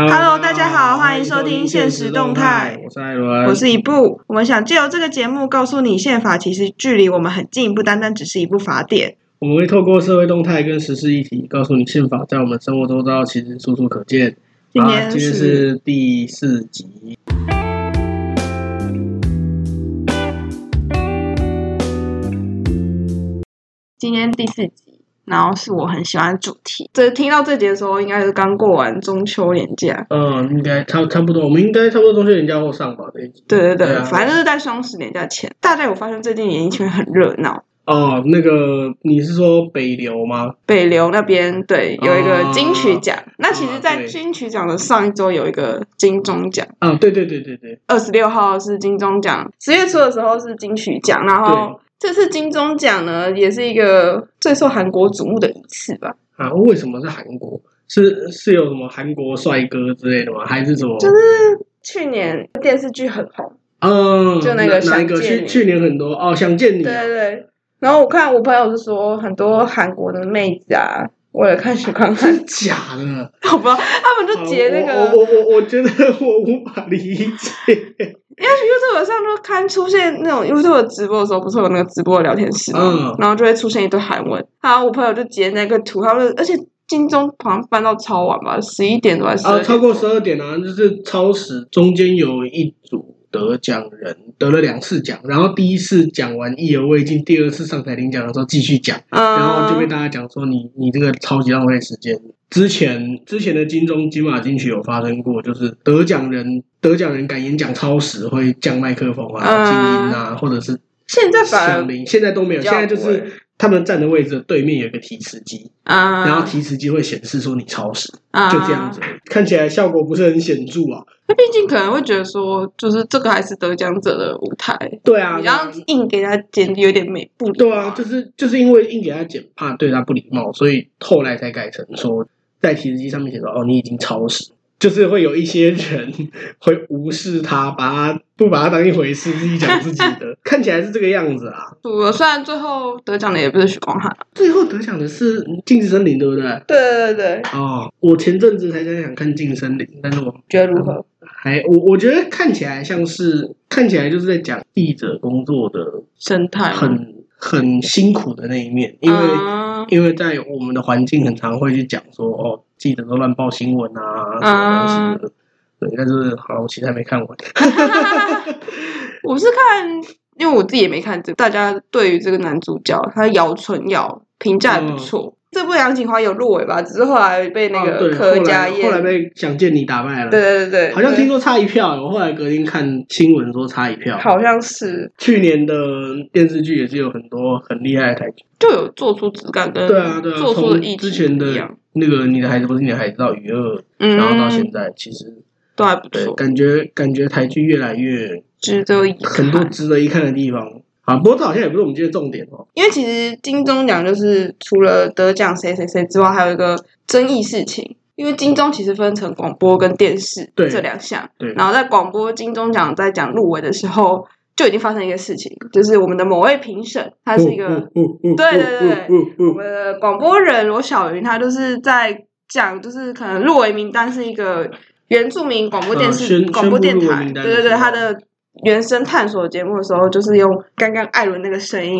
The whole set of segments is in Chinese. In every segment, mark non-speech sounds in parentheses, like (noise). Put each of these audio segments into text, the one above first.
Hello，大家好，欢迎收听现实动态我是艾伦，我是一部。我们想借由这个节目告诉你，宪法其实距离我们很近，不单单只是一部法典。我们会透过社会动态跟时事议题，告诉你宪法在我们生活周遭其实处处可见。今啊天今天是是第四集，今天第四集，然后是我很喜欢的主题。这听到这集的时候，应该是刚过完中秋连假。嗯，应该差差不多，我们应该差不多中秋连假后上吧这一集。对对对，对啊反正就是在双十连假前，大家有发现最近演艺圈很热闹。哦，那个你是说北流吗？北流那边对有一个金曲奖，那其实，啊在哦对金曲奖的上一周有一个金钟奖，啊，对对对对对，二十六号是金钟奖，十月初的时候是金曲奖，然后这次金钟奖呢，也是一个最受韩国瞩目的一次吧，啊，为什么是韩国？是是有什么韩国帅哥之类的吗？还是什么？就是去年电视剧很红，嗯，就那哪个哪一想个？见去你去年很多哦，想见你对啊。对对。然后我看我朋友是说，很多韩国的妹子啊，为了看许光 (laughs) 汉，假的。好吧，他们 (laughs) 就截那个，啊我我我我觉得 (laughs) 我无法理解。也许 YouTube 上就看出现那种 YouTube 直播的时候，不是有那个直播的聊天室吗？嗯然后就会出现一堆韩文。然后我朋友就截那个图，他们而且金钟好像搬到超晚吧，十一点多还是12 (laughs) 啊，点超过十二点啊，就是超时。中间有一组得奖人得了两次奖，然后第一次讲完意犹未尽，第二次上台领奖的时候继续讲，嗯，然后就被大家讲说你你这个超级浪费时间。之前之前的金钟、金马、金曲有发生过，就是得奖人得奖人敢演讲超时，会降麦克风啊、静音啊，或者是现在反而响铃，现在都没有，比较现在就不会是他们站的位置对面有一个提示机，啊，然后提示机会显示说你超时，啊就这样子。而已，看起来效果不是很显著啊。那毕竟可能会觉得说，就是这个还是得奖者的舞台，对啊你，这样硬给他剪，有点没不礼对貌啊，就是就是因为硬给他剪，怕对他不礼貌，所以后来才改成说在提示机上面写说哦你已经超时。就是会有一些人会无视他，把他不把他当一回事，自己讲自己的，看起来是这个样子啊。对啊虽然最后得奖的也不是许光汉，最后得奖的是《禁止森林》，对不对？对对对，哦，我前阵子才想想看《禁森林》，但是我觉得如何？还我我觉得看起来像是看起来就是在讲记者工作的生态吗很很辛苦的那一面，因为、啊因为在我们的环境很常会去讲说哦，记者都乱报新闻啊，嗯什么东西的。对，但是好了，我其实还没看完。我是看，因为我自己也没看这个，大家对于这个男主角他姚纯耀评价也不错。这部《杨锦华》有入围吧，只是后来被那哦个嗯对，柯后佳来燕，后来被想见你打败了。对对对对，好像对听说差一票，欸我后来隔天看新闻说差一票。好像是去年的电视剧也是有很多很厉害的台剧。就有做出质感跟对啊，对啊，嗯做出的从议题之前不一的样，那个你的孩子不是你的孩子到娱乐，嗯，然后到现在，其实都还不对，错，感觉感觉台剧越来 (laughs) 越值得一看。很多值得一看的地方啊。不过这好像也不是我们今天的重点哦。因为其实金钟奖就是除了得奖谁谁谁之外，还有一个争议事情。因为金钟其实分成广播跟电视对这两项，对，然后在广播金钟奖在讲入围的时候，就已经发生一个事情，就是我们的某位评审，他哦是一个、对对我对们的广播人罗小云，他就是在讲，就是可能入围名单是一个原住民广播电嗯视、宣广播电宣布入台，围名对单的对对，时候他的原声探索节目的时候，就是用刚刚艾伦那个声音，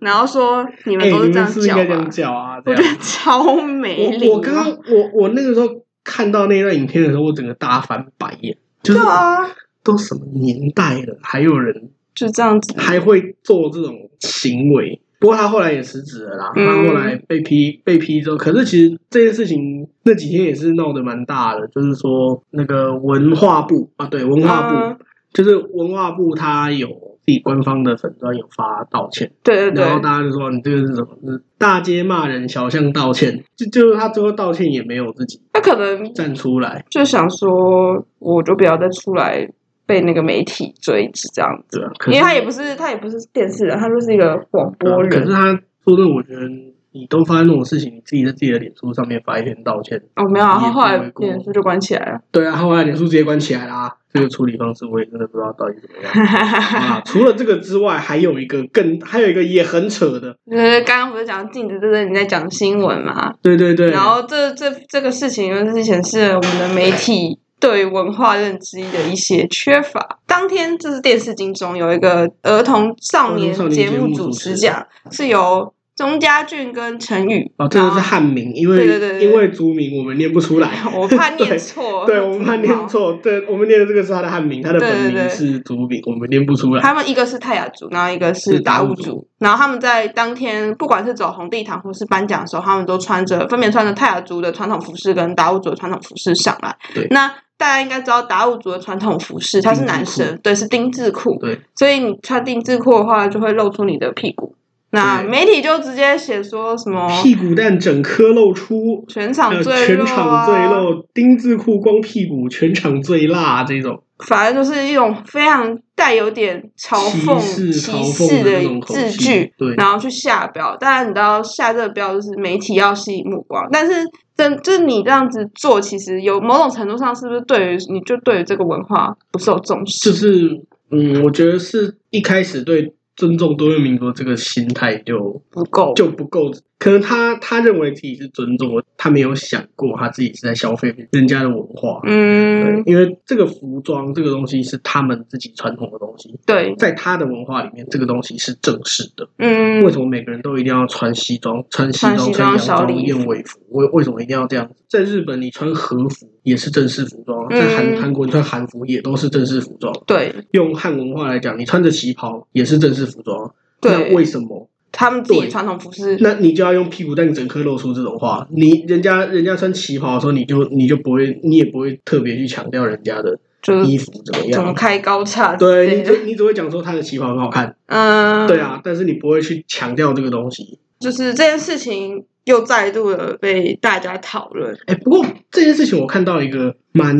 然后说你们哎，都你们这样是不是应该叫这吧样？叫啊？这我觉样得超没礼我貌。我刚刚我我那个时候看到那段影片的时候，我整个大翻白眼，就是对啊，都什么年代了，还有人就这样子，还会做这种行为。不过他后来也辞职了啦，嗯他后来被批被批之后，可是其实这件事情那几天也是闹得蛮大的，就是说那个文化部啊，对文化部，嗯就是文化部他有自己官方的粉专有发道歉，对对然后对，大家就说你这个是什么？是大街骂人，小巷道歉，就就是他最后道歉也没有自己他可能站出来，就想说，我就不要再出来被那个媒体追击这样子，对啊，可因是啊嗯为他也不是他也不是电视人，他就是一个广播可是人。他说真的，我觉得你都发生这种事情，你自己在自己的脸书上面发一篇道歉。哦，没有啊，也他不后来为过脸书就关起来了。对啊，后来脸书直接关起来啦、这个处理方式我也真的不知道到底怎么 (laughs) 样啊。除了这个之外，还有一个更，还有一个也很扯的，就是刚刚不是讲禁止，这是你在讲新闻嘛？对对对，然后这这这个事情就是显示了我们的媒体对文化认知的一些缺乏。当天这是电视金钟有一个儿童少年儿童少年节节目目主主持持奖，是由钟家俊跟陈宇。 (laughs) 哦，这个是然后汉名，因为对对对对，因为族名我们念不出来 (laughs) 我怕对念错，对，我们怕念错，对，我们念的这个是他的汉名，他的哦对对本对名是族名，我们念不出来。他们一个是泰雅族，然后一个是是达达悟悟族族，然后他们在当天不管是走红地毯或是颁奖的时候，他们都穿着分别穿着泰雅族的传统服饰跟达悟族的传统服饰上来。对那大家应该知道达悟族的传统服饰，它是男丁字生，对，是丁字裤，对，所以你穿丁字裤的话，就会露出你的屁股。那对媒体就直接写说什么屁股蛋整颗露出，全场呃，哦最全肉场啊，最露，丁字裤光屁股，全场最辣这种。反正就是一种非常带有点嘲讽、歧视歧嘲讽视的那种口字气句，对然后去下标。当然，你知道下这个标就是媒体要吸引目光，但是真就是你这样子做，其实有某种程度上是不是对于你就对于这个文化不受重视？就是，嗯，我觉得是一开始对尊重多元民族这个心态就不够就不够，可能他他认为自己是尊重，他没有想过他自己是在消费人家的文化。对嗯，，因为这个服装这个东西是他们自己传统的东西，对，在他的文化里面，这个东西是正式的。嗯为，什么每个人都一定要穿西装、穿西穿西装、穿洋装小装、礼服燕尾服？为为什么一定要这样？在日本，你穿和服也是正式服装；嗯在韩韩国，你穿韩服也都是正式服装。对用汉文化来讲，你穿着旗袍也是正式服装。那为对，什么？他们自己对传统服饰，那你就要用屁股蛋整颗露出这种话？你人家人家穿旗袍的时候，你就你就不会，你也不会特别去强调人家的就是衣服怎么嗯怎么样。开高叉之对，类你的，只你只会讲说他的旗袍很好看，嗯，对啊，但是你不会去强调这个东西。就是这件事情又再度的被大家讨论。哎、不过这件事情我看到一个蛮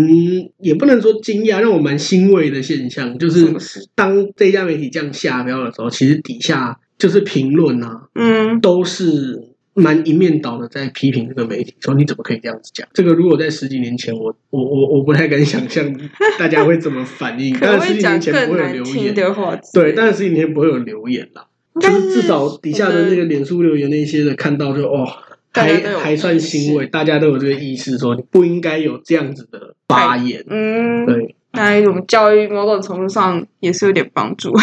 也不能说惊讶，让我蛮欣慰的现象，就什是么事当这家媒体这样下标的时候，其实底下就是评论啊，嗯，都是蛮一面倒的在批评这个媒体，说你怎么可以这样子讲？这个如果在十几年前，我我我我不太敢想象大家会怎么反应，可能但是十会几讲年前不更会有难留听言，的话之类对，的。但是十几年前不会有留言啦。应就该是至少底下的那我个们脸书留言那些的看到就哦，大家还都有还算欣慰，大家都有这个意识，说你不应该有这样子的发言。嗯，对那我们教育某种程度上也是有点帮助。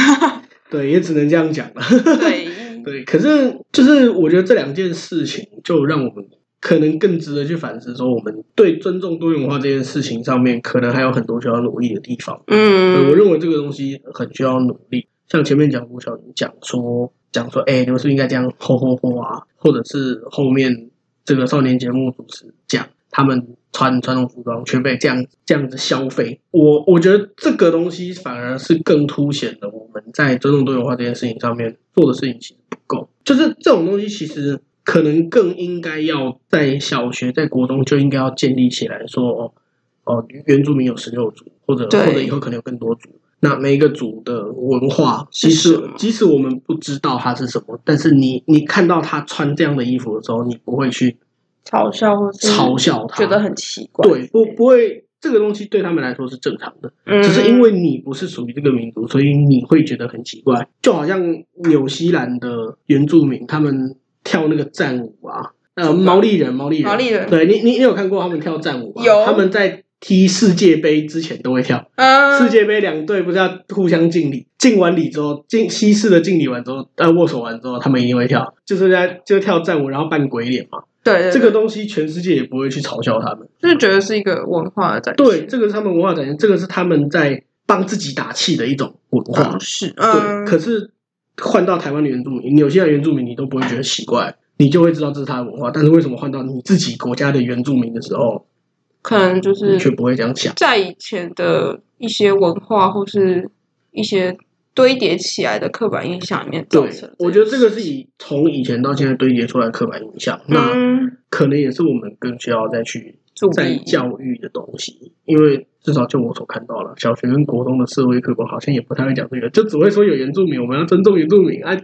对，也只能这样讲了。对，对，可是就是我觉得这两件事情就让我们可能更值得去反思，说我们对尊重多元文化这件事情上面，可能还有很多需要努力的地方。对我 (laughs) 嗯，认为这个东西很需要努力。像前面讲吴晓云讲说，讲说，哎、你们是不是应该这样吼吼吼啊？或者是后面这个少年节目主持讲，他们穿传统服装却被这样这样子消费。我我觉得这个东西反而是更凸显了我们在尊重多元化这件事情上面做的事情其实不够。就是这种东西其实。可能更应该要在小学、在国中就应该要建立起来说哦，哦，原住民有十六族，或者对或者以后可能有更多族。那每一个族的文化，是即使什么即使我们不知道它是什么，但是你你看到他穿这样的衣服的时候，你不会去嘲笑或是嘲笑他，嗯觉得很奇怪。对，不不会，这个东西对他们来说是正常的。嗯，只是因为你不是属于这个民族，所以你会觉得很奇怪。就好像纽西兰的原住民，他们跳那个战舞啊，呃，毛利人，毛利人，毛利人对你，你你有看过他们跳战舞吗？有他们在踢世界杯之前都会跳。嗯世界杯两队不是要互相敬礼，敬完礼之后，敬西式的敬礼完之后，呃，握手完之后，他们一定会跳，就是在就跳战舞，然后扮鬼脸嘛。对对这个对东西全世界也不会去嘲笑他们。就是觉得是一个文化的展示对，这个是他们文化展现，这个是他们在帮自己打气的一种文化方。式。对，嗯，可是换到台湾的原住民，纽西兰原住民，你都不会觉得奇怪，你就会知道这是他的文化。但是为什么换到你自己国家的原住民的时候，可能就你是却不会这样想？在以前的一些文化或是一些堆叠起来的刻板印象里面造对成的。，我觉得这个是以从以前到现在堆叠出来的刻板印象，那嗯，可能也是我们更需要再去注在意教育的东西，因为至少就我所看到了，小学跟国中的社会课本好像也不太会讲这个，就只会说有原住民，我们要尊重原住民啊，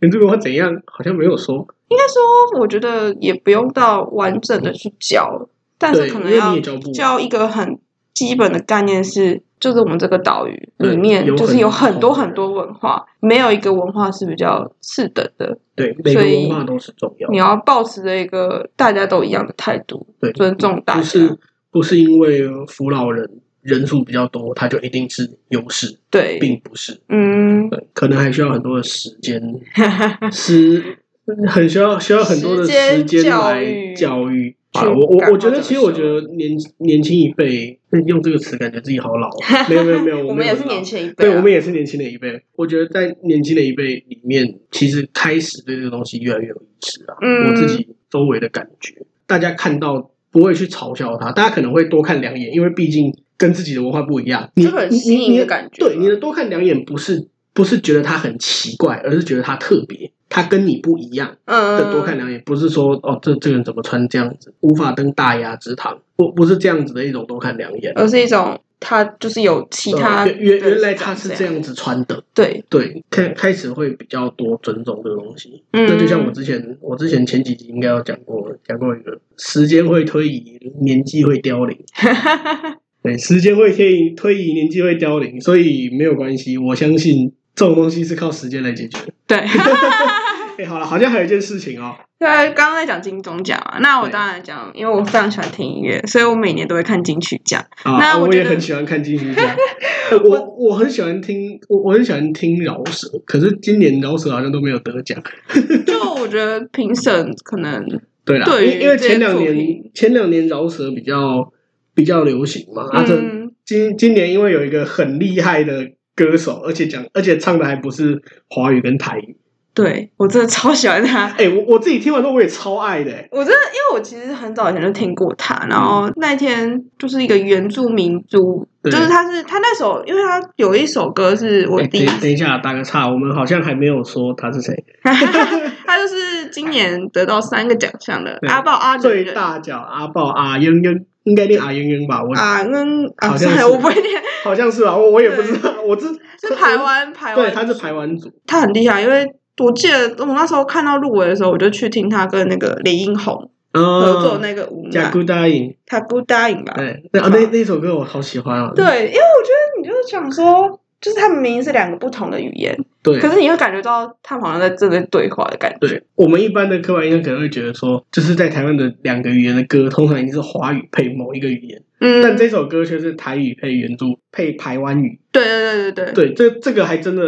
原住民会怎样，好像没有说。应该说，我觉得也不用到完整的去教，但是对，可因能为要你也教不完。教一个很基本的概念是，就是我们这个岛屿对里面有，就是很有多很多不同的很多文化，没有一个文化是比较次等的。对，每个所以文化都是重要你。要保持着一个大家都一样的态度，对，尊重大不家。是不是因为扶老人人数比较多，它就一定是优势，对，并不是。嗯，对，可能还需要很多的时间， (laughs) 时很需要需要很多的时间时间教来育教育。啊，去我我感我觉化这得，个其实我社觉得年年轻一辈用这个词，感觉自己好老。哦没有没有没有， (laughs) 我们们也是年轻一辈、啊，对，我们也是年轻的一辈。我觉得在年轻的一辈里面，其实开始对这个东西越来越有意识啊。嗯我自己周围的感觉，大家看到不会去嘲笑他，大家可能会多看两眼，因为毕竟跟自己的文化不一样。你就很你新你颖你的感觉啊对，吧你的多看两眼不是不是觉得他很奇怪，而是觉得他特别，他跟你不一样。嗯的多看两眼，不是说哦，这这个人怎么穿这样子，无法登大雅之堂，不不是这样子的一种多看两眼。而是一种他就是有呃其他呃人原原原来他长是这样，子穿的，对，对，开开始会比较多尊重这个东西。嗯，那就像我之前，我之前前几集应该有讲过，讲过一个时间会推移，年纪会凋 (laughs) 零。对，时间会推移，推移年纪会凋零，所以没有关系。我相信这种东西是靠时间来解 (laughs) 决。 (laughs) 对。哎，好了，好像还有一件事情哦，对啊，刚刚在讲金钟奖嘛，那我对当然讲，因为我非常喜欢听音乐，所以我每年都会看金曲奖。那啊，我我觉也得很喜欢看金 (laughs) 曲奖。我我很喜欢听，我我很喜欢听饶舌，可是今年饶舌好像都没有得奖。就我觉得评审可能对啦，对于因因为这些前两作年品前两年饶舌比较比较流行嘛，啊，这嗯，今今年因为有一个很厉害的歌手，而且讲而且唱的还不是华语跟台语，对我真的超喜 (laughs) 欢他。哎、我我自己听完之后我也超爱的、欸，我真的，因为我其实很早以前就听过他，然后那天就是一个原住民族，对就是他是他那首，因为他有一首歌是我哎第一等等一下打个岔，我们好像还没有说他是谁， (laughs) 他就是今年得到三个奖项的对阿豹阿女最人大脚阿豹阿英英，应该念阿英英吧，我、啊，跟啊，好像算了，是我不会念，好像是吧，啊我我也不知道，我这是台，湾排对，湾，他是台湾组，他很厉害，因为我记得我那时候看到入围的时候，我就去听他跟那个李英宏合作那个舞加男，古答应，他不答应吧？嗯对，那啊那那首歌我好喜欢啊，对，因为我觉得你就是想说，就是他们明明是两个不同的语言，对，可是你会感觉到他们好像在正在对话的感觉。对我们一般的刻板印象可能会觉得说，就是在台湾的两个语言的歌，通常一定是华语配某一个语言，嗯，但对这首歌却是台语配原著配台湾语。对对对对，对，这这个还真的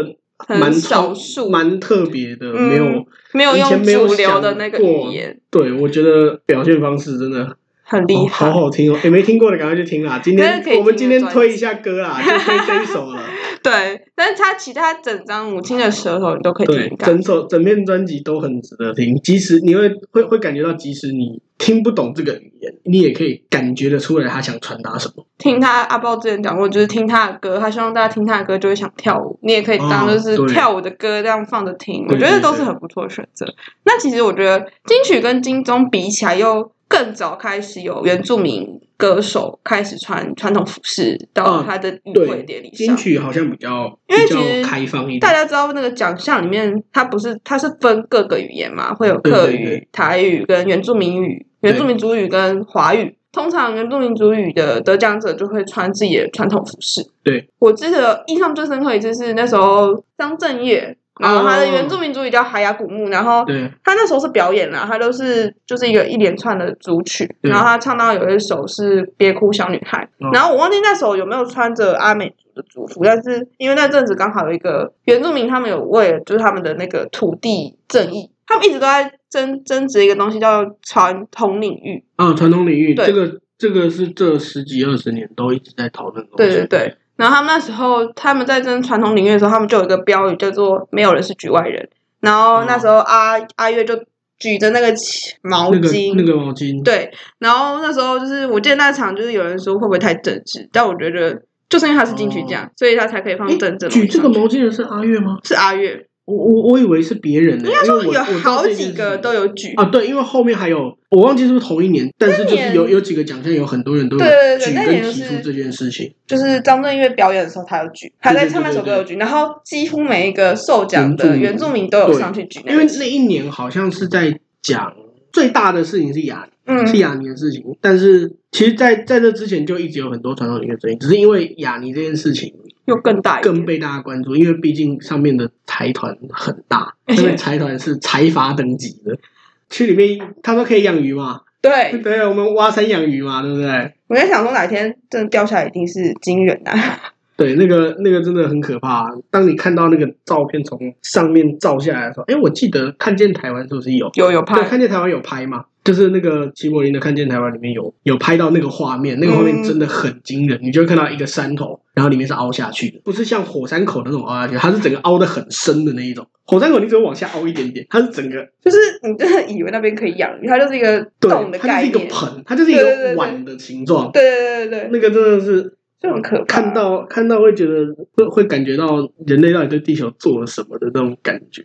蛮很特少数蛮特别的，嗯没有。没有以前用没有主流的想那个过语言，对，我觉得表现方式真的很厉哦害。好好听哦！也没听过的赶快去听啦。今天但是可以听我们今天你的专辑推一下歌啦，就推这一首了。对，但是他其他整张《母亲的舌头》你都可以对听，到。整首整片专辑都很值得听。即使你会会会感觉到，即使你听不懂这个语言，你也可以感觉得出来他想传达什么。听他阿豹之前讲过，就是听他的歌，他希望大家听他的歌就会想跳舞。你也可以当哦就是对跳舞的歌这样放着听，我对觉得对都是对很不错的选择。那其实我觉得金曲跟金钟比起来，又更早开始有原住民歌手开始穿传统服饰到啊他的与对会典礼金上。曲好像比较因为比其较实开放一大点，家知道那个奖项里面，它不是它是分各个语言嘛，会有对客嗯对语、对台语跟原住民语、原住民族语跟华语。通常原住民族语的得奖者就会穿自己的传统服饰。对，我记得印象最深刻一次是那时候张震岳，然后他的哦原住民族语叫海雅古木，然后对他那时候是表演啦，他都是就是一个一连串的组曲，对然后他唱到有一首是《别哭小女孩》，哦然后我忘记那首有没有穿着阿美族的族服，但是因为那阵子刚好有一个原住民，他们有为了就是他们的那个土地正义，他们一直都在争争执一个东西叫传统领域，啊，传统领域对这个这个是这十几二十年都一直在讨论的东对西对对。然后他们那时候他们在争传统领域的时候，他们就有一个标语叫做“没有人是局外人”，然后那时候阿、阿月就举着那个旗毛那个巾，那个毛巾，对，然后那时候就是我记得那场就是有人说会不会太政治，但我觉得就是因为他是金曲奖，所以他才可以放诶政治。举哎这个毛巾的是阿月吗？是阿月，我我我以为是别人呢、应该因说为我有我知道好这件几事个情都有举。啊，对，因为后面还有我忘记是不是同一年，但是就是有年有几个奖项有很多人都有对对对举那年跟就提出是这件事情，就是张震岳表演的时候，他有举，他在对对唱那对首对歌有举，然后几乎每一个受原奖住的民原住民都有对上去举那因为个旗，那一年好像是在讲最大的事情是雅嗯是雅尼的事情，但是其实在在这之前就一直有很多传统领域的争议，只是因为雅尼这件事情又更大一点，更被大家关注，因为毕竟上面的财团很大，因为财团是财阀等级的。去里面他说可以养鱼嘛，对。对，我们挖山养鱼嘛，对不对？我在想说哪天真的掉下来一定是惊人啊！对，那个那个真的很可怕。啊当你看到那个照片从上面照下来的时候，哎，我记得看见台湾是不是有？ (laughs) 有有怕对，，看见台湾有拍嘛？就是那个齐柏林的《看见台湾》里面有有拍到那个画面，那个画嗯面真的很惊人。你就会看到一个山头，然后里面是凹下去的，不是像火山口那种凹下去，它是整个凹的很深的那一种。火山口你只有往下凹一点点，它是整个就是你真的以为那边可以养鱼，它就是一个洞对，的它概就是一念，个盆，它就是一对对对个对碗的形状。对对对对对，那个真的是就很可怕。看到看到会觉得会会感觉到人类到底对地球做了什么的那种感觉，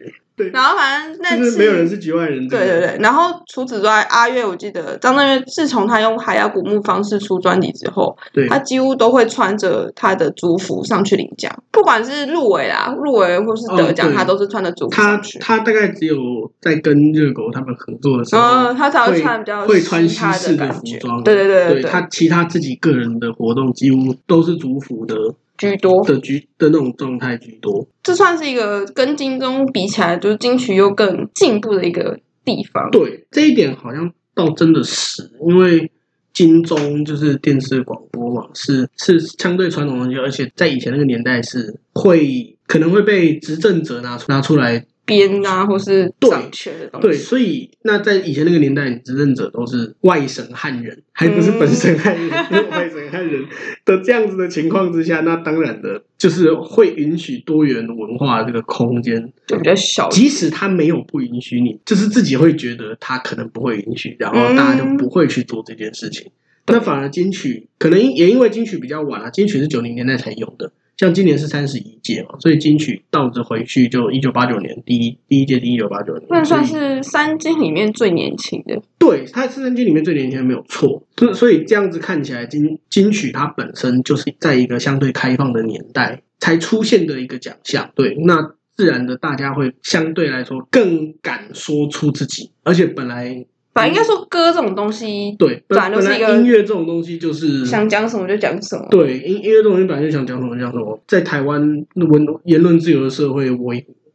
然后反正那就是次没有人是局外人。对对，对，然后除此之外，阿月我记得张震岳自从他用海牙古墓方式出专辑之后，对他几乎都会穿着他的族服上去领奖，不管是入围啦、入围或是得奖，哦对他都是穿着族服他上去。他大概只有在跟热狗他们合作的时候，嗯，他才会穿比较会穿嘻西哈式感服觉，装，对对对对，他其他自己个人的活动几乎都是族服的居多。的居的那种状态居多。这算是一个跟金钟比起来，就是金曲又更进步的一个地方。对这一点好像倒真的是，因为金钟就是电视广播嘛，是是相对传统的东西，而且在以前那个年代是会可能会被执政者拿出拿出来编啊，或是对掌权的东对，西，所以那在以前那个年代，执政者都是外省汉人，还不是本省汉人，嗯外省汉人的这样子的情况之下，那当然的就是会允许多元文化这个空间，就比较小即使他没有不允许你，就是自己会觉得他可能不会允许，然后嗯大家就不会去做这件事情。那反而金曲可能也因为金曲比较晚啊，金曲是九零年代才有的，像今年是三十一届嘛，所以金曲倒着回去就一九八九年第一第一届第一九八九年，那算嗯所以是三金里面最年轻的。对，它是三金里面最年轻的没有错，所所以这样子看起来，金金曲它本身就是在一个相对开放的年代才出现的一个奖项，对，那自然的大家会相对来说更敢说出自己，而且本来反正应该说歌这种东西，嗯对本来本就本是来一个音乐这种东西就是想讲什么就讲什么。对音音乐这种东西本来就想讲什么就讲什么，在台湾文言论自由的社会，我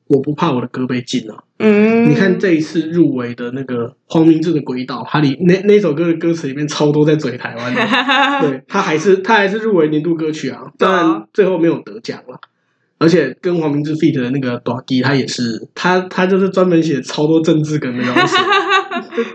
我不怕我的歌被禁啊，嗯，你看 (laughs) 这一次入围的那个黄明志的《鬼岛》，它里那那首歌的歌词里面超多在嘴台湾的，对他还是他还是入围年度歌曲啊，对啊当然最后没有得奖了。而且跟黄明志 feat 的那个 d o g 他也是，他他就是专门写超多政治梗的东 (laughs) 西，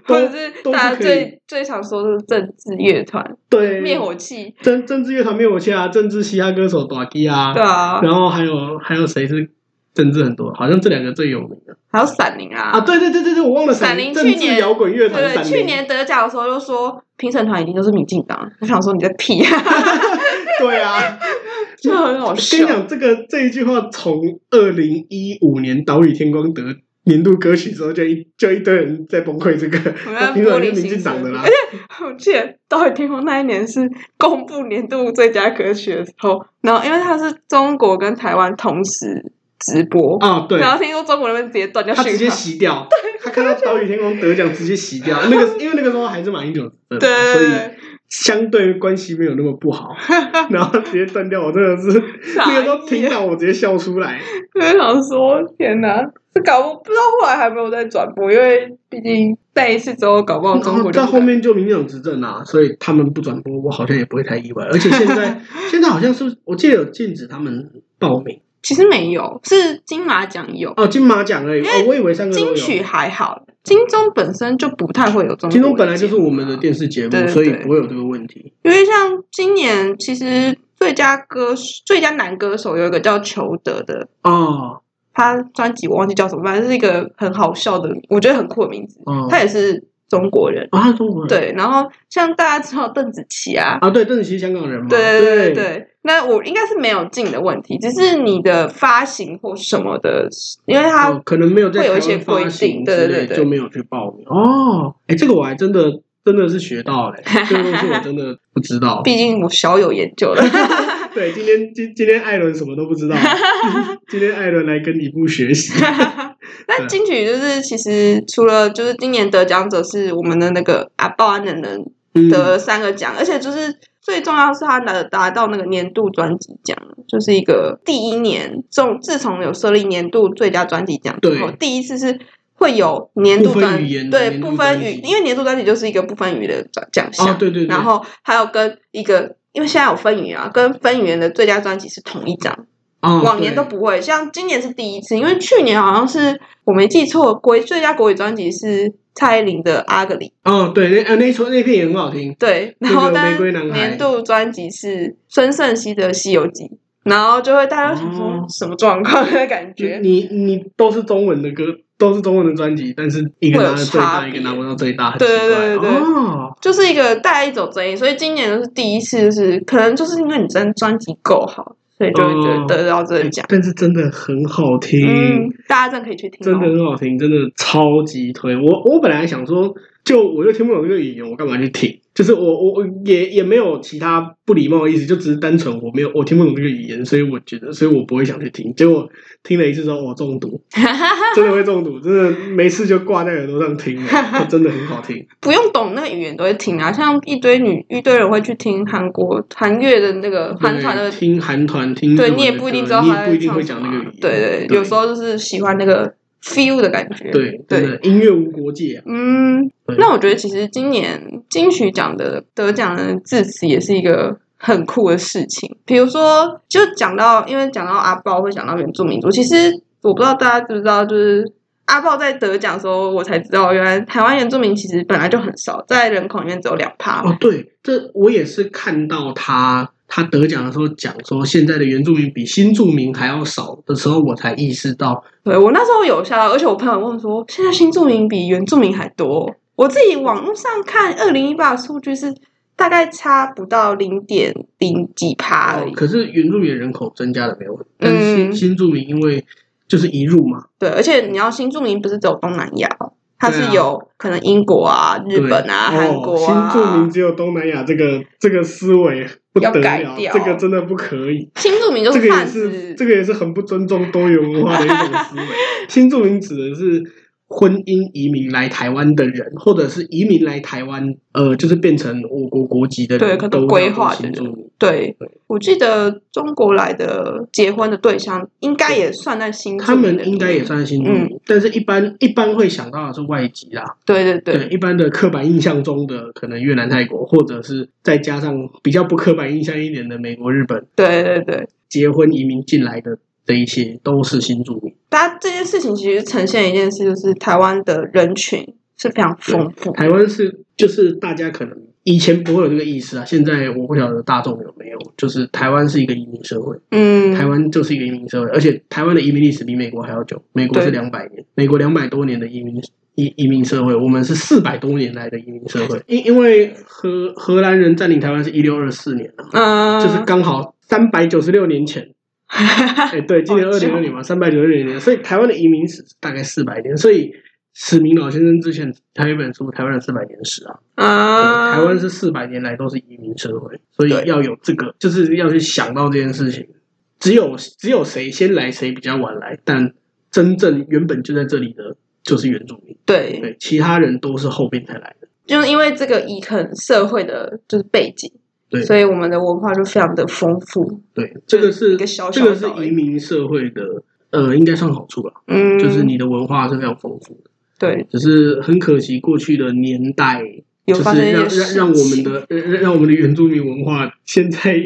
或都者是都大家是可以最最常说的是政治乐团对，灭火器，政政治乐团灭火器啊，政治嘻哈歌手 d o g 啊，对啊，然后还有还有谁是政治很多？好像这两个最有名的还有闪灵啊，啊。对对对对对，我忘了闪灵灵去政治年摇滚乐团对闪对，灵，去年得奖的时候就说评审团一定都是民进党，我想说你在屁啊， (laughs) 对啊，就很好我笑跟你。讲，这个这一句话从二零一五年《岛屿天光》得年度歌曲之后，就一就一堆人在崩溃这个 (laughs) 我们要，平常玻璃是心民进党的啦思。我记得《岛屿天空》那一年是公布年度最佳歌曲的时候，然后因为它是中国跟台湾同时直播，啊， (laughs) 对，然后听说中国那边直接断掉他直讯接号，洗掉，他看到《岛屿天光》得奖直接洗 (laughs) 掉。那个因为那个时候还是马英九得对的，所对以对相对关系没有那么不 (laughs) 好，然后直接断掉，我真的是对，那个时傻候听眼到我直接笑出来。我就想说，天哪！这搞不不知道后来还没有在转播，因为毕竟那一次之后，搞不好然中国后就在嗯不后敢面就民进党执政啊，所以他们不转播，我好像也不会太意外。而且现 (laughs) 在现在好像是不是我记得有禁止他们报名其实没有，是金马奖有，哦，金马奖而已。哦，我以为三个都哎金有。曲还好，金钟本身就不太会有中国的节目啊。金钟本来就是我们的电视节目，对对所以对不会有这个问题。因为像今年其实最佳歌手最佳男歌手有一个叫裘德的，哦他专辑我忘记叫什么，反正是一个很好笑的，我觉得很酷的名字。哦，他也是中国人，啊，他是中国人对。然后像大家知道邓紫棋啊，啊，对，邓紫棋香港人嘛，对对对对对对。那我应该是没有进的问题，只是你的发行或什么的，因为他、哦可能没有在会有台一些湾规定发行对之对对类，对就没有去报名。哦，哎，这个我还真的真的是学到了，这个东西我真的不知道。毕竟我小有研究 (laughs) 了。对，今 (laughs) 天今今天艾伦什么都不知道，今天艾伦来跟你不学习。但金曲就是其实除了就是今年得奖者是我们的那个啊报案的人嗯，得了三个奖，而且就是最重要是他拿达到那个年度专辑奖，就是一个第一年，从自从有设立年度最佳专辑奖之后，对第一次是会有年度不分专语言的对年度不专分语辑，因为年度专辑就是一个不分语言的奖奖项，哦，对对对，然后还有跟一个。因为现在有分语言啊，跟分语言的最佳专辑是同一张，哦往年都不会。像今年是第一次，因为去年好像是我没记错，国最佳国语专辑是蔡依林的《阿格里》，对哦，对，那呃那一首那片也很好听，对，然那后个但玫瑰男孩年度专辑是孙盛熙的《西游记》，然后就会大家想说哦嗯什么状况的感就觉，你你都是中文的歌，都是中文的专辑，但是一个拿会了有最差大，别一个拿不到最大，很对对奇怪对对对哦，就是一个带一种争议，所以今年就是第一次，就是可能就是因为你真的专辑够好，所以就会觉哦得得到这个奖。但是真的很好听，嗯，大家真的可以去听、真的哦。很好听，真的超级推。我我本来想说，就我又听不懂这个语言，我干嘛去听？就是我我我也也没有其他不礼貌的意思，就只是单纯我没有我听不懂这个语言，所以我觉得，所以我不会想去听。结果听了一次之后，我中 (laughs) 毒，真的会中毒，真的没事就挂在耳朵上听了，它真的很好听。不用懂那个语言都会听啊，像一堆女一堆人会去听韩国韩乐的那个 (laughs) 韩团的对听韩团听日文对的歌，你也不一定知道你也他不在一定唱会什讲么那啊个语言。对对，对有时候就是喜欢那个 feel 的感觉。对真对，的音乐无国界啊。嗯对，那我觉得其实今年金曲奖的得奖人致辞也是一个很酷的事情。比如说，就讲到因为讲到阿豹会讲到原住民族，其实我不知道大家知不知道，就是阿豹在得奖的时候，我才知道原来台湾原住民其实本来就很少，在人口里面只有两趴。哦，对，这我也是看到他他得奖的时候讲说，现在的原住民比新住民还要少的时候，我才意识到，对我那时候有吓到，而且我朋友问说，现在新住民比原住民还多。我自己网络上看，二零一八的数据是大概差不到零点零几趴而哦已。可是原住民人口增加了没有？但是新、嗯新住民因为就是移入嘛，对，而且你要新住民不是只有东南亚哦，它对啊是有可能英国啊、日对本啊、韩哦国啊。新住民只有东南亚这个这个思维不得要改了，掉这个真的不可以。新住民就这个是也泛是指，这个也是很不尊重多元文化的一种思 (laughs) 维。新住民指的是婚姻移民来台湾的人，或者是移民来台湾，呃，就是变成我国国籍的人，对可能都规叫做划的新人住民。对对，我记得中国来的结婚的对象应该也算在新住他民的嗯们里面，应该也算是新住民，但是一般一般会想到的是外籍啦。对对对，一般的刻板印象中的可能越南、泰国，或者是再加上比较不刻板印象一点的美国、日本，对对对。结婚移民进来的这一些都是新住民。大家这件事情其实呈现一件事，就是台湾的人群是非常丰富。台湾是就是大家可能以前不会有这个意识啊，现在我不晓得大众有没有，就是台湾是一个移民社会，嗯，台湾就是一个移民社会，而且台湾的移民历史比美国还要久，美国是对两百年，美国两百多年的移民。移移民社会，我们是四百多年来的移民社会，因因为荷荷兰人占领台湾是一六二四年啊，嗯，就是刚好三百九十六年前，哎、对，今年好二久零二零嘛，三百九十六年，所以台湾的移民史大概四百年，所以史明老先生之前他有一本书《台湾的四百年史》啊，对嗯，台湾是四百年来都是移民社会，所以对要有这个，就是要去想到这件事情。只有只有谁先来，谁比较晚来，但真正原本就在这里的就是原住民，对，对，其他人都是后边才来的，就是因为这个以肯社会的就是背景，对所以我们的文化就非常的丰富。对，这个是一个小这小的个是岛而已移民社会的，呃，应该算好处吧，嗯，就是你的文化是非常丰富的。对只是很可惜，过去的年代有就发生是一让些事让情，让我们的呃让让我们的原住民文化现在应该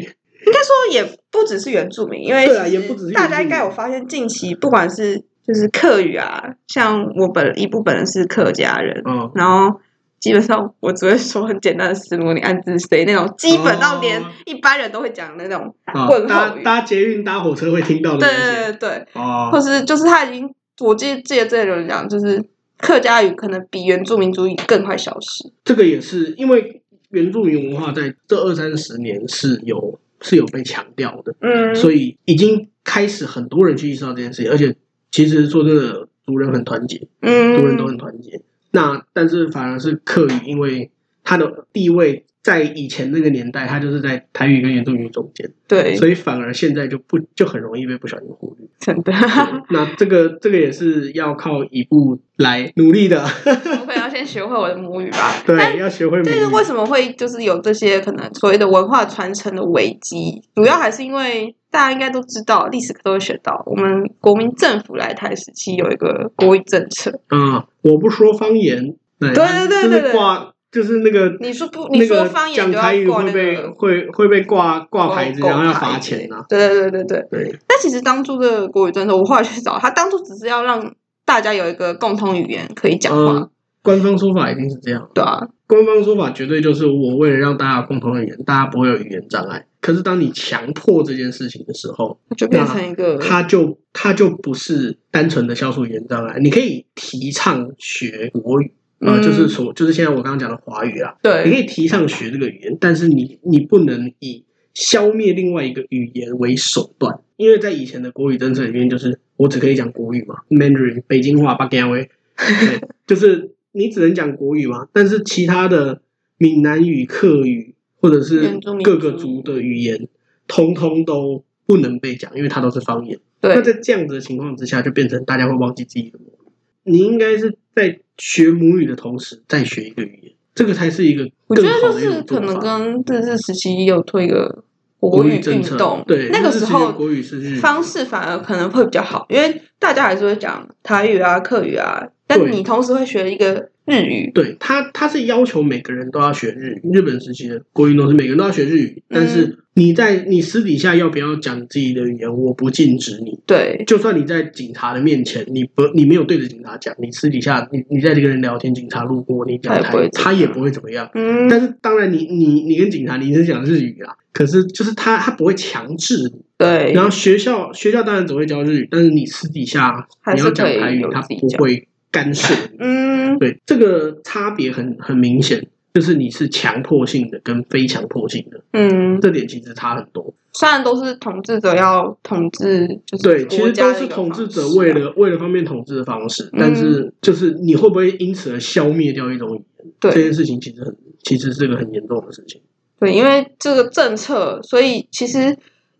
说也不只是原住民，因为对啊其实也不只是原住民大家应该有发现，近期不管是就是客语啊，像我本一部本人是客家人，嗯然后基本上我只会说很简单的思母你暗自 say 那种基本到连哦一般人都会讲的那种啊问搭候语，搭捷运搭火车会听到的对那对些对对，或哦，是就是他已经，我记记得这里有人讲，就是客家语可能比原住民族语更快消失，这个也是因为原住民文化在这二三十年是有是有被强调的，嗯，所以已经开始很多人去意识到这件事情，而且其实说真的，族人很团结，嗯，族人都很团结。那但是反而是客语，因为它的地位在以前那个年代，它就是在台语跟原住民中间，对，所以反而现在就不就很容易被不小心忽略。 (laughs) 真的，对 (laughs) 那这个这个也是要靠一步来努力的， (laughs) 我可能要先学会我的母语吧。对，要学会母但是语。为什么会就是有这些可能所谓的文化传承的危机？主要还是因为大家应该都知道，历史课都会学到，我们国民政府来台时期有一个国语政策。啊，我不说方言，对对对对就对是对挂，就是那个你说不，你那说个方言讲就台语要挂会那被个会会被挂挂牌子，狗然后要狗牌罚之钱类的啊。对对对对对。对，但其实当初这个国语政策，我后来去找，他当初只是要让大家有一个共同语言可以讲话，嗯，官方说法一定是这样，对啊，官方说法绝对就是我为了让大家有共同语言，大家不会有语言障碍。可是当你强迫这件事情的时候，就变成一个它就它就不是单纯的消除语言障碍，你可以提倡学国语。啊、嗯就是所，就是现在我刚刚讲的华语啦，你可对以提倡学这个语言，但是你你不能以消灭另外一个语言为手段，因为在以前的国语政策里面，就是我只可以讲国语嘛，Mandarin 北京话八 (laughs) 干威，对就是你只能讲国语嘛，但是其他的闽南语、客语或者是原住民各个族族的语言，通通都不能被讲，因为它都是方言。那对在这样子的情况之下，就变成大家会忘记自己的母语。你应该是在学母语的同时，再学一个语言，这个才是一个我觉更得好就的一种是做可能法。跟日治时期也有推一个国国语政运策动，对那个日时治候的国语是日语方式反而可能会比较好，因为大家还是会讲台语啊、客语啊，但对你同时会学一个日语，对他，他是要求每个人都要学日语。日本时期的国语运动是每个人都要学日语，但嗯是你在你私底下要不要讲自己的语言，我不禁止你。对就算你在警察的面前，你不你没有对着警察讲，你私底下你你在这个人聊天，警察路过你讲他台语，也不会怎他么也样不会怎么样。嗯，但是当然你，你你跟警察你是讲日语啦，可是就是他他不会强制你。对，然后学校学校当然只会教日语，但是你私底下还你是要讲可以台语有，他自己不讲会干涉 (laughs) 你。嗯，对，这个差别很很明显，就是你是强迫性的跟非强迫性的，嗯，这点其实差很多。虽然都是统治者要统治，就是对，其国实家都的是一个统治者方式啊为了为了方便统治的方式，但嗯是就是你会不会因此而消灭掉一种语言？这对件事情其实很其实是个很严重的事情。对，因为这个政策，所以其实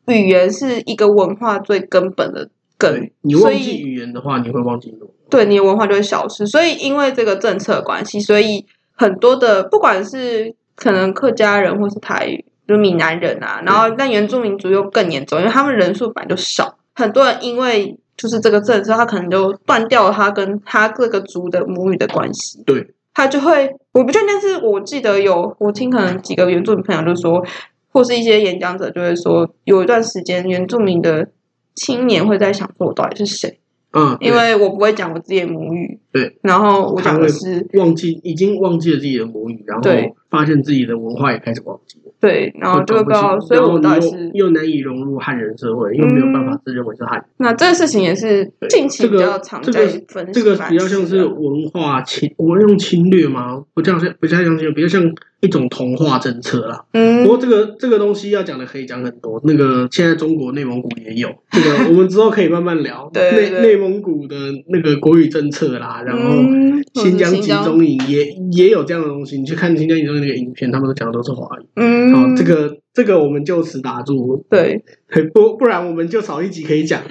语言是一个文化最根本的根对，你所忘记以语言的话，你会忘记母语。对你的文化就会消失。所以因为这个政策的关系，所以很多的不管是可能客家人或是台语，就是闽南人啊，然后但原住民族又更严重，因为他们人数本来就少，很多人因为就是这个政策，他可能就断掉了他跟他各个族的母语的关系。对，他就会，我不确定，但是我记得有，我听可能几个原住民朋友就说，或是一些演讲者就会说，有一段时间原住民的青年会在想说，我到底是谁？嗯，对因为我不会讲我自己的母语，对，然后我讲的是忘记已经忘记了自己的母语，然对哦后发现自己的文化也开始忘记了，对，然后就会不知搞道，不清所以然后我到底你是嗯又又难以融入汉人社会，又没有办法自认为是汉人。那这个事情也是对近期这比较个常这在个分析，这个反比较像思是的文化侵，我用侵略吗？不叫像不像像侵略，比较像一种同化政策啦。不过嗯，这个这个东西要讲的可以讲很多，那个现在中国内蒙古也有，这 (laughs) 个我们之后可以慢慢聊。对对对内内蒙古的那个国语政策啦，然后嗯或者是新疆新嗯集中营也也有这样的东西。你去看新疆集中营那个影片，他们都讲的都是华语。嗯，好，这个这个我们就此打住，对，不不然我们就少一集可以讲。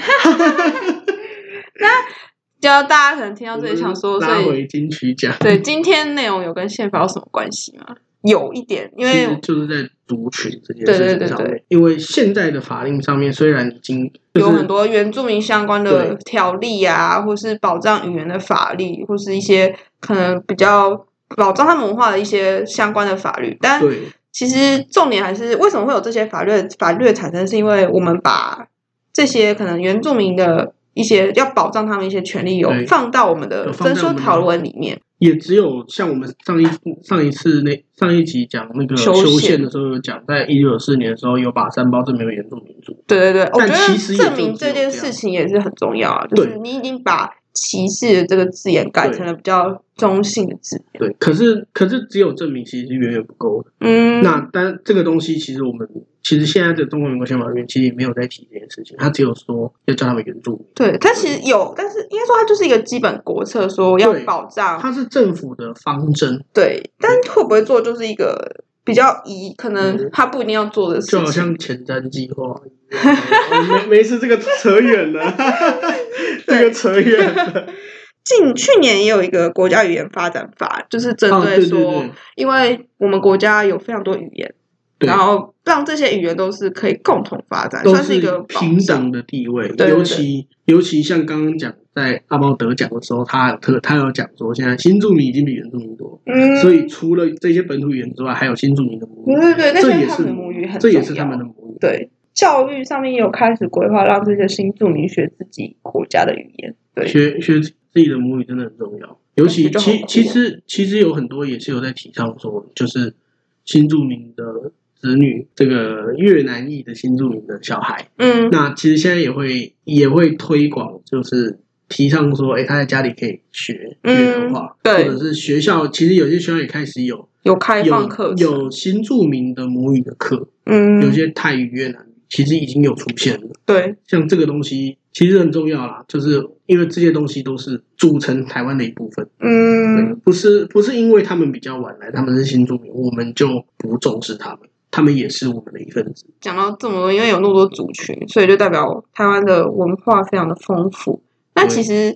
就大家可能听到我这们里想说，所拉以回金曲奖，对，今天内容有跟宪法有什么关系吗？有一点，因其实为就是在族群这件对对事情对上对面，因为现在的法令上面虽然已经就有是很多原住民相关的条例啊，或是保障语言的法律，或是一些可能比较保障他们文化的一些相关的法律，但对其实重点还是为什么会有这些法律法律的产生，是因为我们把这些可能原住民的一些要保障他们一些权利，有对放到我们的有放在征我收们的条文里面。也只有像我们上一上一次那上一集讲那个修宪修宪的时候，有讲在一九九四年的时候有把三包证明为原住民族。对对对，我但觉得其实也证明就只这有件这样事情也是很重要啊，就是对你已经把歧视的这个字眼改对成了比较中性的字眼。对，可是可是只有证明其实是远远不够的。嗯，那但这个东西其实我们其实现在的中国民国宪法里面其实也没有在提这件事情，他只有说要叫他们原住民。对，它其实有，但是应该说它就是一个基本国策，说要对保障。它是政府的方针，对，但会不会做就是一个比较移，可能他不一定要做的事嗯情。就好像前瞻计划一样。哦没没事，这个扯远 (laughs) 了，这个扯远了。近去年也有一个国家语言发展法，就是针哦，对说，对因为我们国家有非常多语言，对然后让这些语言都是可以共同发展，对，都算是一个保平障。等的地位，对对尤其尤其像刚刚讲，在阿猫得奖的时候，他有特他有讲说，现在新住民已经比原住民多，嗯，所以除了这些本土语言之外，还有新住民的母语，对对对，那这些也他是们的母语很这重要。也是他们的母语。对教育上面也有开始规划，让这些新住民学自己国家的语言。对，学学自己的母语真的很重要，尤其感觉就很其酷其实其实有很多也是有在提倡说，就是新住民的子女，这个越南裔的新住民的小孩，嗯，那其实现在也会也会推广，就是提倡说，哎，他在家里可以学越南话，嗯对或者是学校，其实有些学校也开始有有开放课有程，有新住民的母语的课，嗯，有些泰语、越南语其实已经有出现了。对像这个东西其实很重要啦，就是因为这些东西都是组成台湾的一部分，对，嗯不是不是因为他们比较晚来，他们是新住民，我们就不重视他们，他们也是我们的一份子。讲到这么多，因为有那么多族群，所以就代表台湾的文化非常的丰富。那对其实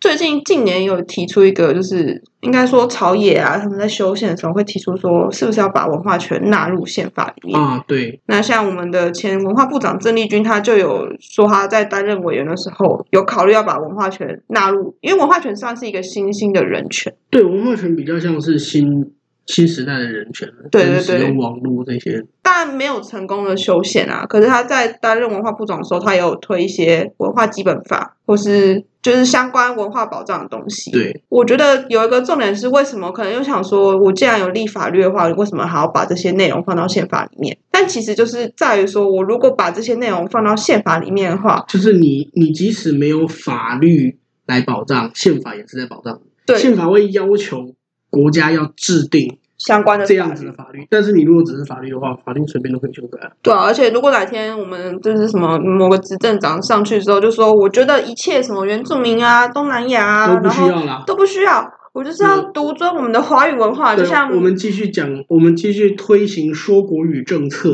最近近年有提出一个，就是应该说朝野啊，他们在修宪的时候会提出说，是不是要把文化权纳入宪法里面？啊，对，那像我们的前文化部长郑丽君，她就有说她在担任委员的时候，有考虑要把文化权纳入，因为文化权算是一个新兴的人权。对，文化权比较像是新新时代的人权，对对跟使对用网络这些，当然没有成功的修宪啊，可是他在担任文化部长的时候，他也有推一些文化基本法或是就是相关文化保障的东西。，对我觉得有一个重点是为什么？可能又想说，我既然有立法律的话，为什么还要把这些内容放到宪法里面？但其实就是在于说，我如果把这些内容放到宪法里面的话，就是你你即使没有法律来保障，宪法也是在保障你，对宪法会要求国家要制定相关的这法样律子的法律，但是你如果只是法律的话，法律随便都可以修改啊。对啊，而且如果哪天我们就是什么某个执政长上去之后，就说我觉得一切什么原住民啊、东南亚啊，都不然需后要啦。都不需要，我就是要嗯独尊我们的华语文啊化，就对，像我们继续讲，我们继续推行说国语政 (laughs) 策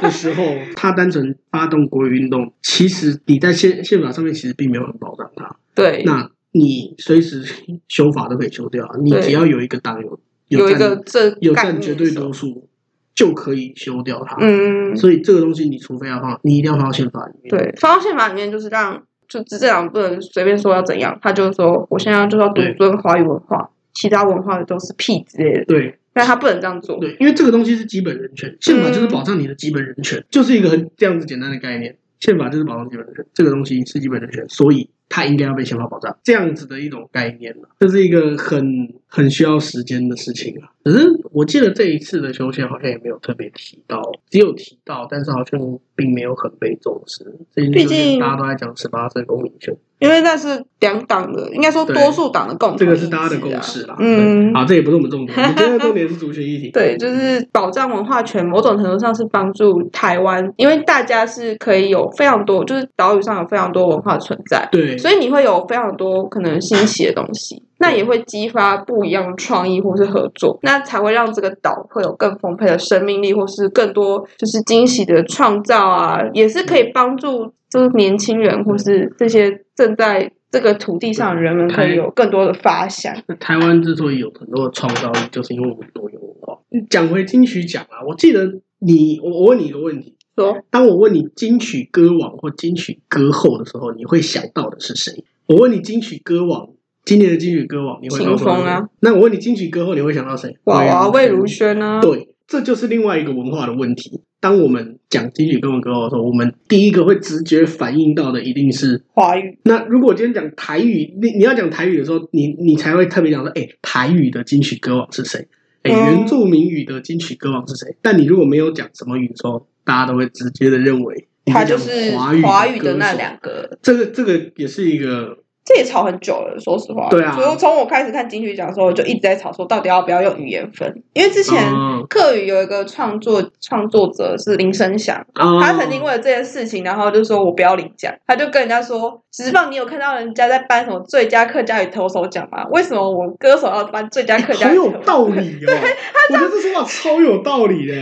的时候，他单纯发动国语运动，其实你在宪宪法上面其实并没有很保障它。对那你随时修法都可以修掉啊，你对只要有一个党有有一占个这有概占念绝的对时候多数，就可以修掉它。嗯，所以这个东西，你除非要放，你一定要放到宪法里面。对，放到宪法里面就是让就执政党不能随便说要怎样，他就说我现在就是要独对尊华语文化，其他文化的都是屁之类的，对，但他不能这样做。对，因为这个东西是基本人权，宪法就是嗯保障你的基本人权，就是一个很这样子简单的概念。宪法就是保障基本人权，这个东西是基本人权，所以它应该要被宪法保障，这样子的一种概念了、这是一个很很需要时间的事情啊。只是我记得这一次的修宪好像也没有特别提到，只有提到，但是好像并没有很被重视。这件事毕竟大家都在讲十八岁公民权，因为那是两党的，应该说对多数党的共同、这个是大家的共。识啦。嗯对好，这也不是我们重点，我们今天的重点是族群议题。 (laughs) 对，就是保障文化权，某种程度上是帮助台湾，因为大家是可以有非常多，就是岛屿上有非常多文化存在，对，所以你会有非常多可能新奇的东西，那也会激发不一样的创意或是合作，那才会让这个岛会有更丰沛的生命力，或是更多就是惊喜的创造啊，也是可以帮助就是年轻人或是这些正在这个土地上的人们可以有更多的发想。那台湾之所以有很多的创造力，就是因为我们多元文化。讲回金曲奖啊，我记得你，我我问你一个问题：说当我问你金曲歌王或金曲歌后的时候，你会想到的是谁？我问你金曲歌王，今年的金曲歌王，你会秦告诉我风啊谁？那我问你金曲歌后，你会想到谁？哇哇，魏如萱。萱呢？对，这就是另外一个文化的问题。当我们讲金曲歌王歌后的时候，我们第一个会直觉反应到的一定是华语那如果今天讲台语，你你要讲台语的时候，你你才会特别讲说，哎、台语的金曲歌王是谁？哎、嗯原住民语的金曲歌王是谁？但你如果没有讲什么语的时候，大家都会直接的认为他就是你在讲华语华语歌 (laughs) 的那手两个，这个这个也是一个这也吵很久了，说实话。对啊所以从我开始看金曲奖的时候，我就一直在吵说，到底要不要用语言分？因为之前嗯课语有一个创作创作者是林声祥，啊他曾经为了这件事情，然后就说我不要领奖，他就跟人家说，直棒你有看到人家在颁什么最佳客家与投手奖吗？为什么我歌手要颁最佳客哎家好与有投手？道理哦， (laughs) 我觉得这说法超有道理的。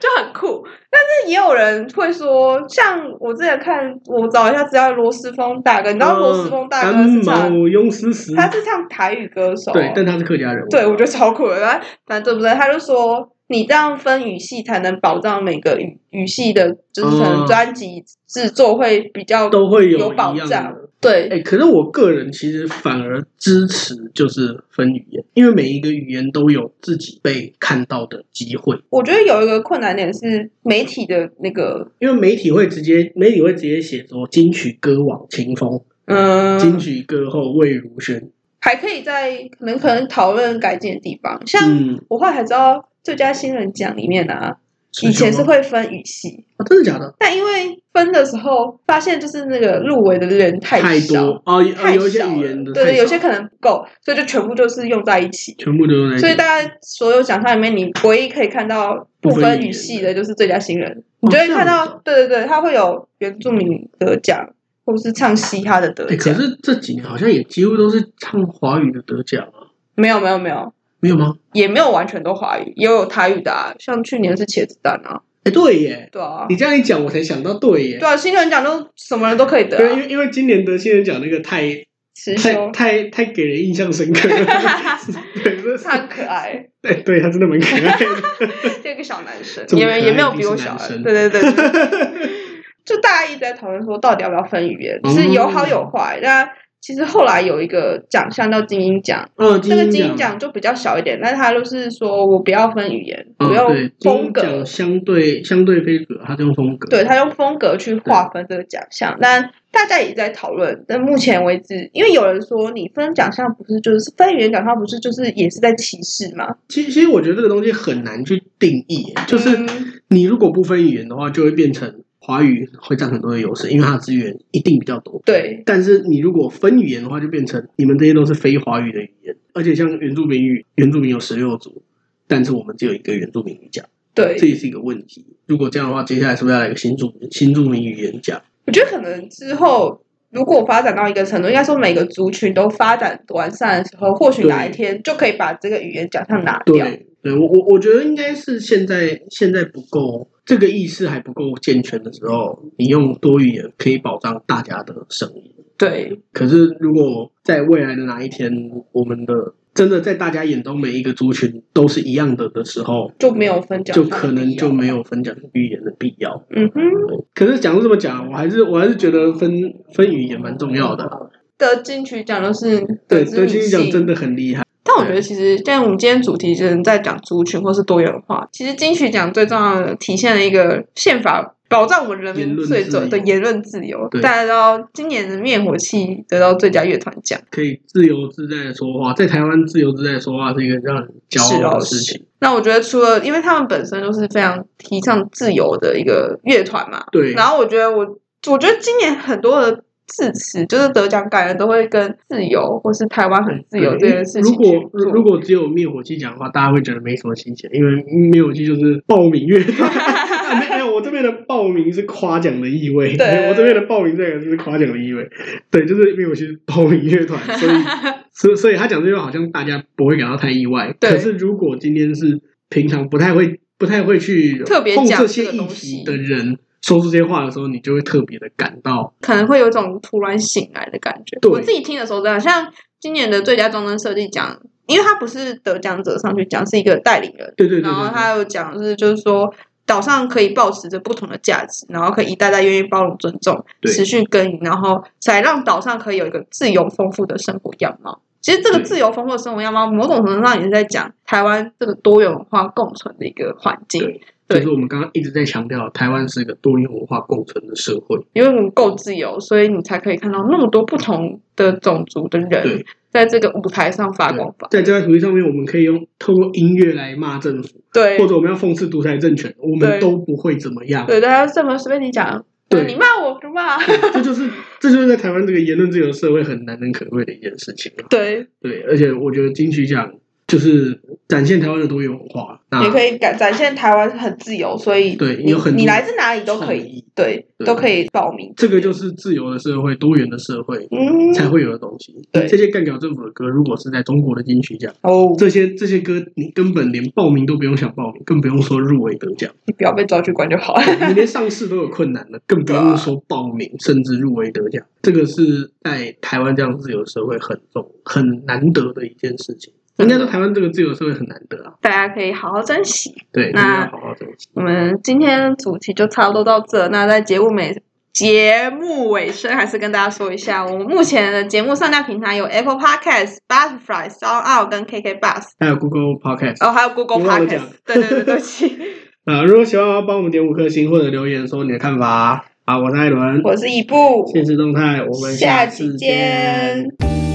就很酷。但是也有人会说，像我之前看，我找一下资料，罗斯风大哥， (laughs) 你知道罗斯风大哥是干嗯唱，毛啊庸思思，他是唱台语歌手，对，但他是客家人物，对，我觉得超酷的。然后反正对不对？他就说，你这样分语系才能保障每个语语系的，就是可嗯能专辑制作会比较都会有有保一样障的。。对，哎、可是我个人其实反而支持就是分语言，因为每一个语言都有自己被看到的机会。我觉得有一个困难点是媒体的那个，因为媒体会直接媒体会直接写说金曲歌王秦风，金嗯，曲歌后魏如萱，还可以在可能可能讨论改进的地方。像嗯，我后来才知道，最佳新人奖里面啊，以秦前琼吗是会分语系，啊，真的假的？但因为分的时候发现就是那个入围的人太少。多哦，有太有一些少了语言的对太对，有少些可能不够，所以就全部就是用在一起。全部都在，所以大家所有奖项里面，你唯一可以看到不分语系的，就是最佳新人。你就会看哦这样到子，对对对，他会有原住民得奖，或是唱嘻哈的得哎、可奖。是这几年好像也几乎都是唱华语的得奖啊，没有没有没有，没有吗？也没有完全都华语，也有台语的啊。像去年是茄子蛋啊，哎、对耶，对啊你，这样一讲，我才想到对耶。对啊，新人奖都什么人都可以得对，因啊。为因为今年得新人奖那个太辞太修，太太给人印象深刻 (laughs) 了，对，这他很可爱，对对他真的蛮可爱的。这个小男生这么也可爱没也没有一定比我是小男啊，对生对对对。 (laughs) 就大家一直在讨论说，到底要不要分语言，嗯是有好有坏。那其实后来有一个奖项叫精英奖， (laughs) 哦，这个精金英奖就比较小一点，但它就是说我不要分语言，我哦，对用，金鹰奖风格，相对相对飞格，他就用风格。对，它用风格去划分这个奖项。但大家也在讨论，但目前为止，因为有人说你分奖项不是就是分语言奖项不是就是也是在歧视吗？其实其实我觉得这个东西很难去定义，就是嗯你如果不分语言的话，就会变成华语会占很多的优势，因为它的资源一定比较多。对但是你如果分语言的话，就变成你们这些都是非华语的语言，而且像原住民语，原住民有十六族，但是我们只有一个原住民语讲，对这，也是一个问题。如果这样的话，接下来是不是要来一个新住新住民语言讲？我觉得可能之后如果发展到一个程度，应该说每个族群都发展完善的时候，或许哪一天就可以把这个语言奖项拿掉。对，对我我我觉得应该是现在现在不够这个意识还不够健全的时候，你用多语言可以保障大家的生意。对可是如果在未来的哪一天，我们的真的在大家眼中每一个族群都是一样的的时候，就没有分奖就项的必要，可能就没有分讲语言的必要。嗯哼。对可是讲是这么讲，我还是我还是觉得分分语言蛮重要的啦。得金曲奖就是对，知德名金讲真性。的很厉害。但我觉得其实，像我们今天主题就是在讲族群或是多元化，其实金曲奖最重要的体现了一个宪法保障我们人言民论最自准由的言论自由。对大家知道今年的灭火器得到最佳乐团奖。可以自由自在的说话，在台湾自由自在的说话是一个让人骄傲的事情。哦那我觉得除了因为他们本身就是非常提倡自由的一个乐团嘛，对，然后我觉得我我觉得今年很多的致辞，就是得奖感人都会跟自由或是台湾很自由这件事情如去果如做如果只有灭火器讲的话，大家会觉得没什么新鲜，因为灭火器就是报名乐 (laughs) 团。啊没没有，我这边的报名是夸奖的意味。对我这边的报名这个是夸奖的意味。对，就是灭火器是报名乐团，所 (laughs) 以所以所以他讲这句话好像大家不会感到太意外。对可是如果今天是平常不太会不太会去特别碰讲这这些个议东题西的人说出这些话的时候，你就会特别的感到可能会有一种突然醒来的感觉。对我自己听的时候，这样像今年的最佳装帧设计奖，因为他不是得奖者上去讲，是一个带领人，对对对对对，然后他有讲是就是说。岛上可以保持着不同的价值，然后可以以大家愿意包容、尊重、对持续耕耘，然后才让岛上可以有一个自由丰富的生活样貌。其实这个对自由丰富的生活样貌，某种程度上也是在讲台湾这个多元文化共存的一个环境对。对就是我们刚刚一直在强调，台湾是一个多元文化共存的社会。因为我们够自由，所以你才可以看到那么多不同的种族的人对在这个舞台上发光发。在这块土地上面，我们可以用透过音乐来骂政府，对或者我们要讽刺独裁政权，我对们都不会怎么样。对，大家这么随便你讲，对你骂我，我就 (laughs) 骂。这就是这就是在台湾这个言论自由社会很难能可贵的一件事情啊对，对，而且我觉得金曲奖就是展现台湾的多元文化，那也可以展展现台湾很自由，所以对你有很多你来自哪里都可创以意，对，对都可以报名。这个就是自由的社会、多元的社会嗯，才会有的东西。对这些干掉政府的歌，如果是在中国的金曲奖，哦，这些这些歌你根本连报名都不用想报名，更不用说入围得 (laughs) 奖，你不要被抓去关就好了。你连上市都有困难了，更不用说报啊名甚至入围得奖。这个是在台湾这样自由社会很重很难得的一件事情。人家说台湾这个自由社会很难得啊，大家可以好好珍惜。对，真的那要好好珍惜。我们今天的主题就差不多到这。那在节目尾节目尾声，还是跟大家说一下，我们目前的节目上架平台有 Apple Podcast、Spotify、Sound Out 跟 KK Bus，还有 Google Podcast。然后还有 Google 你忘了 Podcast 讲。对对对，对不起，啊，如果喜欢，的话，帮我们点五颗星或者留言说你的看法啊。我是艾伦，我是一步，现实动态，我们下次期见。